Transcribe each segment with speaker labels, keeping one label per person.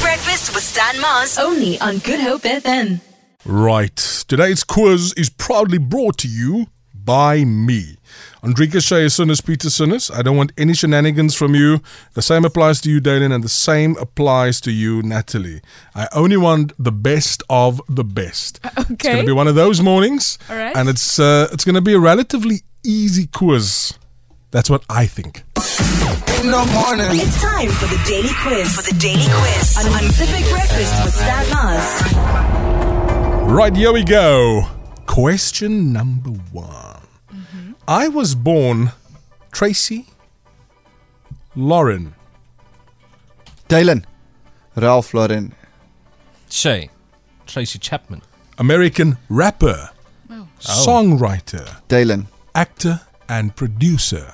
Speaker 1: Breakfast with Stan Mars.
Speaker 2: Only on Good Hope FM.
Speaker 3: Right. Today's quiz is proudly brought to you by me. Andrika Shea Sinus Peter Sinus. I don't want any shenanigans from you. The same applies to you, Dalen, and the same applies to you, Natalie. I only want the best of the best. It's
Speaker 4: okay.
Speaker 3: going to be one of those mornings.
Speaker 4: All right.
Speaker 3: And it's uh, it's going to be a relatively easy quiz. That's what I think.
Speaker 5: In the morning.
Speaker 1: It's time for the daily quiz. For the daily quiz on, on the Big Breakfast with Stan Mars.
Speaker 3: Right, here we go. Question number one.
Speaker 5: Mm-hmm.
Speaker 3: I was born Tracy Lauren.
Speaker 5: Dylan. Ralph Lauren.
Speaker 6: Shay, Tracy Chapman,
Speaker 3: American rapper,
Speaker 5: Oh.
Speaker 3: songwriter,
Speaker 5: Dylan.
Speaker 3: actor, and producer.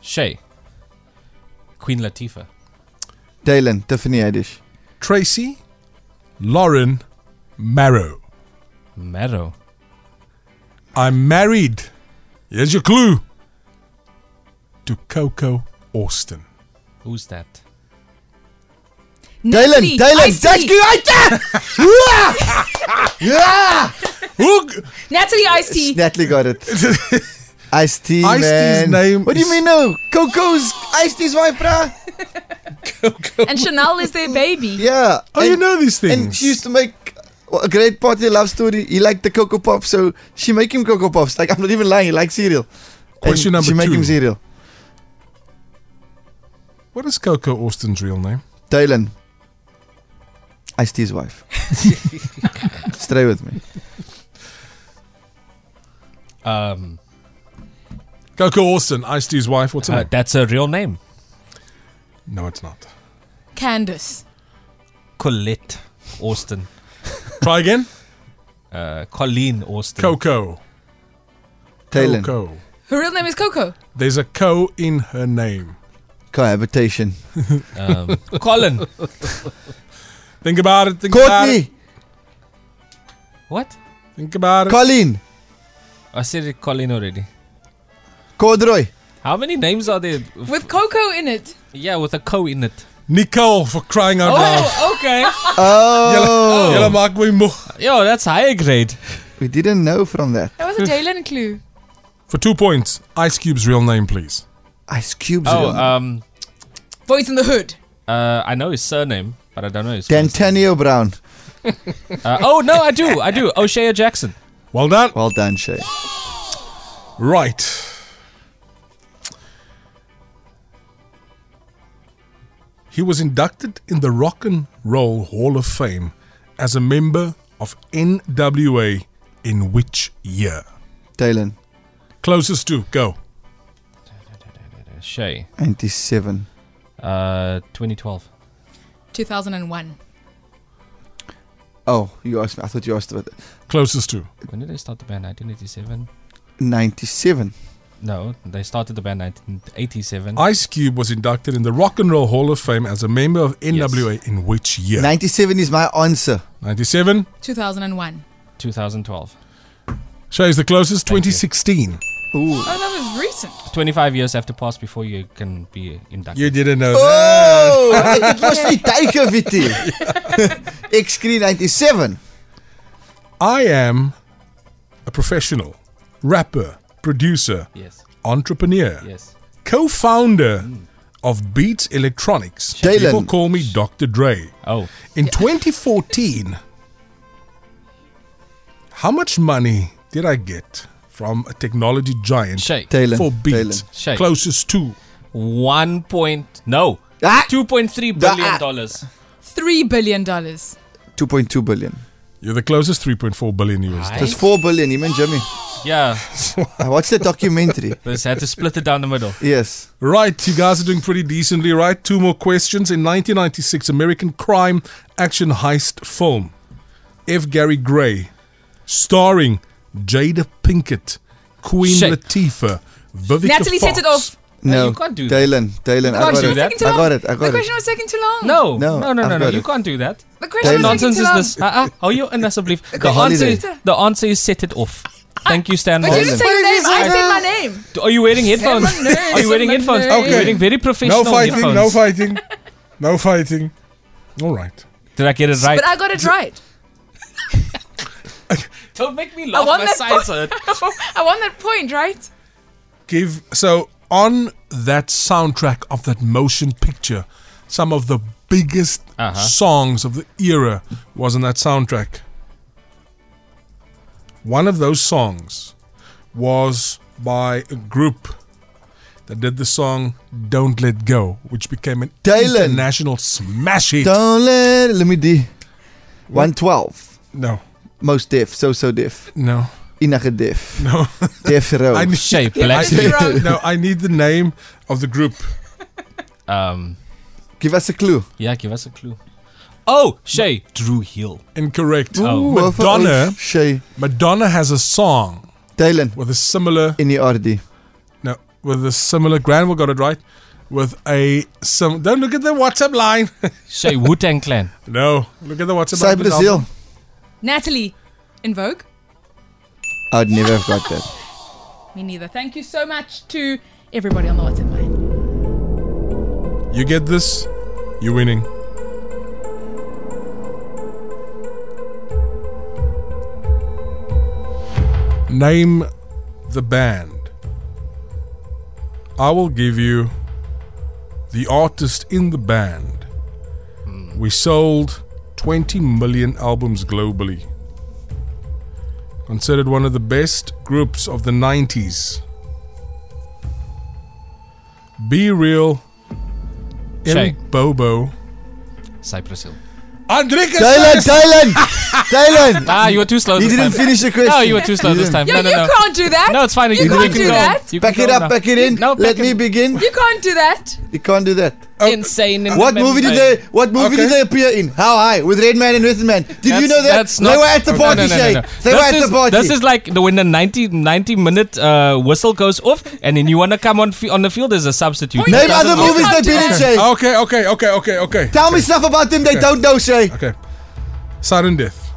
Speaker 6: Shay, Queen Latifah,
Speaker 5: Dylan. Tiffany Haddish.
Speaker 3: Tracy Lauren Marrow.
Speaker 6: Marrow,
Speaker 3: I'm married. Here's your clue to Coco Austin.
Speaker 6: who's that?
Speaker 5: Dylan. Dylan. That's good.
Speaker 3: Who? g-
Speaker 4: Natalie Ice Tea.
Speaker 5: Natalie got it. Ice T.
Speaker 3: Ice-T's
Speaker 5: man.
Speaker 3: name
Speaker 5: What do you
Speaker 3: is-
Speaker 5: mean no? Coco's Ice T's wife, bruh.
Speaker 4: And Chanel is their baby.
Speaker 5: Yeah.
Speaker 3: Oh, you know these things.
Speaker 5: And she used to make a great part of their love story. He liked the Coco Pops, so she make him Coco Pops. Like I'm not even lying. He likes cereal.
Speaker 3: Question
Speaker 5: and
Speaker 3: number
Speaker 5: she make
Speaker 3: two.
Speaker 5: him cereal.
Speaker 3: What is Coco Austin's real name?
Speaker 5: Dylan. Ice T's wife. Stay with me.
Speaker 6: Um,
Speaker 3: Coco Austin, Ice T's wife. What's her
Speaker 6: uh,
Speaker 3: name?
Speaker 6: that's her real name.
Speaker 3: No, it's not.
Speaker 4: Candace.
Speaker 6: Colette Austin,
Speaker 3: Try again.
Speaker 6: uh, Colleen Austin.
Speaker 3: Coco.
Speaker 5: Dylan.
Speaker 3: Coco.
Speaker 4: Her real name is Coco.
Speaker 3: There's a co in her name.
Speaker 5: Cohabitation.
Speaker 6: Um, Colin.
Speaker 3: Think about it. Think about it.
Speaker 5: Courtney.
Speaker 6: What?
Speaker 3: Think about it.
Speaker 5: Colleen.
Speaker 6: I said it, Colin already.
Speaker 5: Corduroy.
Speaker 6: How many names are there?
Speaker 4: With Coco in it.
Speaker 6: Yeah, with a co in it.
Speaker 3: Nicole for crying out loud.
Speaker 6: Oh, okay.
Speaker 5: Oh,
Speaker 3: Julle maak my moeg.
Speaker 6: Yo, that's higher grade.
Speaker 5: we didn't know from that.
Speaker 4: That was a Dylan clue.
Speaker 3: For two points, Ice Cube's real name, please.
Speaker 5: Ice Cube's
Speaker 6: Oh,
Speaker 5: oh,
Speaker 6: um,
Speaker 4: Boys in the Hood.
Speaker 6: uh, I know his surname, but I don't know his. first
Speaker 5: Dantonio Brown.
Speaker 6: name. Uh, oh no, I do, I do. O'Shea Jackson.
Speaker 3: Well done.
Speaker 5: Well done, Shay.
Speaker 3: Right. He was inducted in the Rock and Roll Hall of Fame as a member of NWA in which year?
Speaker 5: Dylan.
Speaker 3: Closest to, go.
Speaker 6: Shay,
Speaker 5: 97.
Speaker 6: uh, 2012.
Speaker 4: 2001.
Speaker 5: Oh, you asked me. I thought you asked about it.
Speaker 3: Closest to.
Speaker 6: When did they start the band? 1987.
Speaker 5: 97.
Speaker 6: No, they started the band 1987.
Speaker 3: Ice Cube was inducted in the Rock and Roll Hall of Fame as a member of NWA in which year?
Speaker 5: 97 is my answer.
Speaker 3: 97.
Speaker 4: 2001.
Speaker 6: 2012.
Speaker 3: Shay is the closest, 2016.
Speaker 5: Ooh.
Speaker 4: Oh, that was recent.
Speaker 6: 25 years have to pass before you can be inducted.
Speaker 3: You didn't know that.
Speaker 5: Oh, dit was nie tyd vir dit. Ek skree 97.
Speaker 3: I am a professional, rapper, producer,
Speaker 6: Yes.
Speaker 3: entrepreneur,
Speaker 6: Yes.
Speaker 3: co founder of Beats Electronics.
Speaker 5: Jalen.
Speaker 3: People call me Dr. Dre.
Speaker 6: Oh,
Speaker 3: In 2014, how much money did I get from a technology giant
Speaker 6: Shay.
Speaker 5: Dylan.
Speaker 3: for Beats?
Speaker 5: Dylan.
Speaker 6: Shay.
Speaker 3: Closest to.
Speaker 6: One point. No.
Speaker 5: Ah!
Speaker 6: 2.3
Speaker 5: Ah!
Speaker 6: billion dollars.
Speaker 4: Three billion dollars.
Speaker 5: 2.2 billion.
Speaker 3: You're the closest 3.4 billion US.
Speaker 5: Dis 4 billion, him and Jimmy.
Speaker 6: Yeah.
Speaker 5: I watched the documentary.
Speaker 6: They had to split it down the middle.
Speaker 5: Yes.
Speaker 3: Right, you guys are doing pretty decently, right? Two more questions. In 1996, American crime action heist film, F. Gary Gray, starring Jada Pinkett, Queen
Speaker 6: Shit.
Speaker 3: Latifah, Vivica
Speaker 4: Natalie
Speaker 3: Fox.
Speaker 4: set it off.
Speaker 5: No.
Speaker 6: you can't do that.
Speaker 5: Dylan, Dylan, I
Speaker 4: Gosh,
Speaker 5: got
Speaker 4: it was
Speaker 5: it.
Speaker 4: taking too
Speaker 5: I
Speaker 4: long.
Speaker 5: got it. I
Speaker 4: the
Speaker 5: got it.
Speaker 4: question was taking too long.
Speaker 6: No.
Speaker 5: No,
Speaker 6: No, no,
Speaker 5: I've
Speaker 6: no, no.
Speaker 5: got
Speaker 6: You
Speaker 5: it.
Speaker 6: can't do that.
Speaker 4: The question
Speaker 5: Dylan.
Speaker 4: was taking
Speaker 6: Nonsense
Speaker 4: too
Speaker 6: is
Speaker 4: long.
Speaker 6: this? Uh-uh. How you unbelievable? The answer,
Speaker 5: holiday.
Speaker 6: is, the answer is set it off. Thank you, Stan.
Speaker 4: But you didn't
Speaker 6: Martin.
Speaker 4: say your name. I said my name.
Speaker 6: Are you wearing headphones?
Speaker 4: Seven nerds.
Speaker 6: Are you wearing
Speaker 4: Seven
Speaker 6: headphones?
Speaker 4: nerds.
Speaker 6: You're wearing very professional
Speaker 3: No fighting,
Speaker 6: headphones.
Speaker 3: no fighting, no fighting. All right.
Speaker 6: Did I get it right?
Speaker 4: But I got it right.
Speaker 6: Don't make me
Speaker 4: I
Speaker 6: laugh.
Speaker 4: won
Speaker 6: My
Speaker 4: that
Speaker 6: sides
Speaker 4: point.
Speaker 6: hurt.
Speaker 4: Oh, I won that point, right?
Speaker 3: Give so on that soundtrack of that motion picture, some of the biggest
Speaker 6: Uh-huh.
Speaker 3: songs of the era was on that soundtrack. One of those songs was by a group that did the song "Don't Let Go," which became an
Speaker 5: Dylan.
Speaker 3: international smash hit.
Speaker 5: Don't let let me D. One twelve.
Speaker 3: no,
Speaker 5: Most diff. So so diff.
Speaker 3: no,
Speaker 5: Inage diff.
Speaker 3: no.
Speaker 5: Diff row.
Speaker 3: I need-
Speaker 6: Shape
Speaker 3: I
Speaker 6: Oh, black.
Speaker 3: need-
Speaker 4: Zero.
Speaker 3: no, I need the name of the group.
Speaker 6: Um,
Speaker 5: Give us a clue.
Speaker 6: yeah, give us a clue. Oh, Shay Drew Hill.
Speaker 3: Incorrect.
Speaker 6: Oh.
Speaker 5: Ooh, of
Speaker 3: Madonna.
Speaker 5: ons. Shay.
Speaker 3: Madonna has a song
Speaker 5: Dylan.
Speaker 3: with a similar
Speaker 5: In die RD.
Speaker 3: no with a similar Granville got it right with a sim don't look at the WhatsApp line
Speaker 6: Shay Wu Tang Clan.
Speaker 3: no look at the WhatsApp
Speaker 5: Sy
Speaker 3: line for this
Speaker 5: Brazil.
Speaker 3: album.
Speaker 4: Natalie, in Vogue?
Speaker 5: Oh, I'd never have got that.
Speaker 4: Me neither. Thank you so much to everybody on the WhatsApp line.
Speaker 3: you get this you're winning name the band I will give you the artist in the band
Speaker 6: Hmm.
Speaker 3: we sold 20 million albums globally considered one of the best groups of the 90s. Be Real,
Speaker 6: Shay.
Speaker 3: Eric Bobo,
Speaker 6: Cypress Hill.
Speaker 3: Andrika
Speaker 5: Dylan, Dylan, Dylan.
Speaker 6: Ah, you were too slow.
Speaker 5: He
Speaker 6: this
Speaker 5: didn't
Speaker 6: time.
Speaker 5: finish the question.
Speaker 6: No, you were too slow this time.
Speaker 4: Yo,
Speaker 6: no, no,
Speaker 4: you
Speaker 6: no.
Speaker 4: can't do that.
Speaker 6: No, it's fine.
Speaker 4: You,
Speaker 6: can,
Speaker 4: can't
Speaker 6: can
Speaker 4: do
Speaker 6: go.
Speaker 4: that.
Speaker 6: You can
Speaker 5: Back it
Speaker 6: go
Speaker 5: up,
Speaker 6: now.
Speaker 5: back it in.
Speaker 6: No,
Speaker 5: Let
Speaker 6: back
Speaker 5: me
Speaker 6: it-
Speaker 5: begin.
Speaker 4: You can't do that.
Speaker 5: You can't do that.
Speaker 6: Insane. in
Speaker 5: Oh, What
Speaker 6: the
Speaker 5: movie did
Speaker 6: memory.
Speaker 5: they? What movie
Speaker 3: Okay.
Speaker 5: did they appear in? How high? With Red Man and Western Man. Did you
Speaker 6: That's-
Speaker 5: know that?
Speaker 6: That's
Speaker 5: They
Speaker 6: not, Oh,
Speaker 5: were at the
Speaker 6: no,
Speaker 5: party,
Speaker 6: no, no, no,
Speaker 5: Shay.
Speaker 6: no.
Speaker 5: They
Speaker 6: This
Speaker 5: were at
Speaker 6: is-
Speaker 5: the party.
Speaker 6: This is like the, when the 90, 90 minute uh, whistle goes off, and then you want to come on f- on the field as a substitute.
Speaker 4: you
Speaker 5: Name
Speaker 6: That
Speaker 5: other
Speaker 6: doesn't work.
Speaker 5: movies
Speaker 4: can't
Speaker 5: they've
Speaker 4: do
Speaker 5: been in,
Speaker 4: that.
Speaker 5: Shay.
Speaker 3: Okay, okay, okay, okay, okay.
Speaker 5: Tell me stuff about them they don't know, Shay.
Speaker 3: Okay. Sudden Death.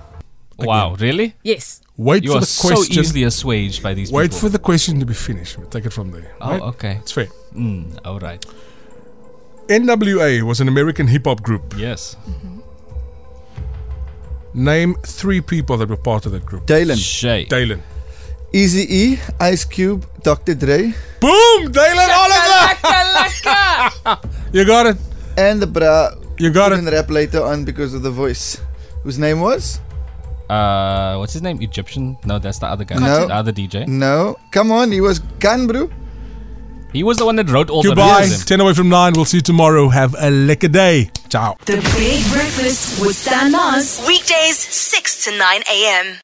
Speaker 6: Wow, really?
Speaker 4: Yes.
Speaker 3: Wait
Speaker 6: You
Speaker 3: for
Speaker 6: are
Speaker 3: the
Speaker 6: so
Speaker 3: question.
Speaker 6: easily assuaged by these
Speaker 3: Wait
Speaker 6: people.
Speaker 3: for the question to be finished. We'll take it from there.
Speaker 6: Oh,
Speaker 3: right?
Speaker 6: okay.
Speaker 3: It's fair.
Speaker 6: Mm, all right.
Speaker 3: NWA was an American hip hop group.
Speaker 6: Yes.
Speaker 3: Name three people that were part of that group.
Speaker 5: Dylan,
Speaker 6: Shay.
Speaker 3: Dalen.
Speaker 5: Easy E, Ice Cube, Dr. Dre,
Speaker 3: Boom! Dalen Oliver!
Speaker 4: Shakalaka.
Speaker 3: You got it.
Speaker 5: and the bra
Speaker 3: You got
Speaker 5: couldn't
Speaker 3: it.
Speaker 5: rap later on because of the voice, whose name was?
Speaker 6: Uh, what's his name? Egyptian? No, that's the other guy.
Speaker 5: No.
Speaker 6: The other DJ.
Speaker 5: No, come on, he was Gun, bro.
Speaker 6: He was the one that wrote all the
Speaker 3: Goodbye.
Speaker 6: lyrics.
Speaker 3: 10 away from 9. We'll see you tomorrow. Have a lekker day. Ciao.
Speaker 1: The Big Breakfast with Stan Mars. Weekdays, 6 to 9 a.m.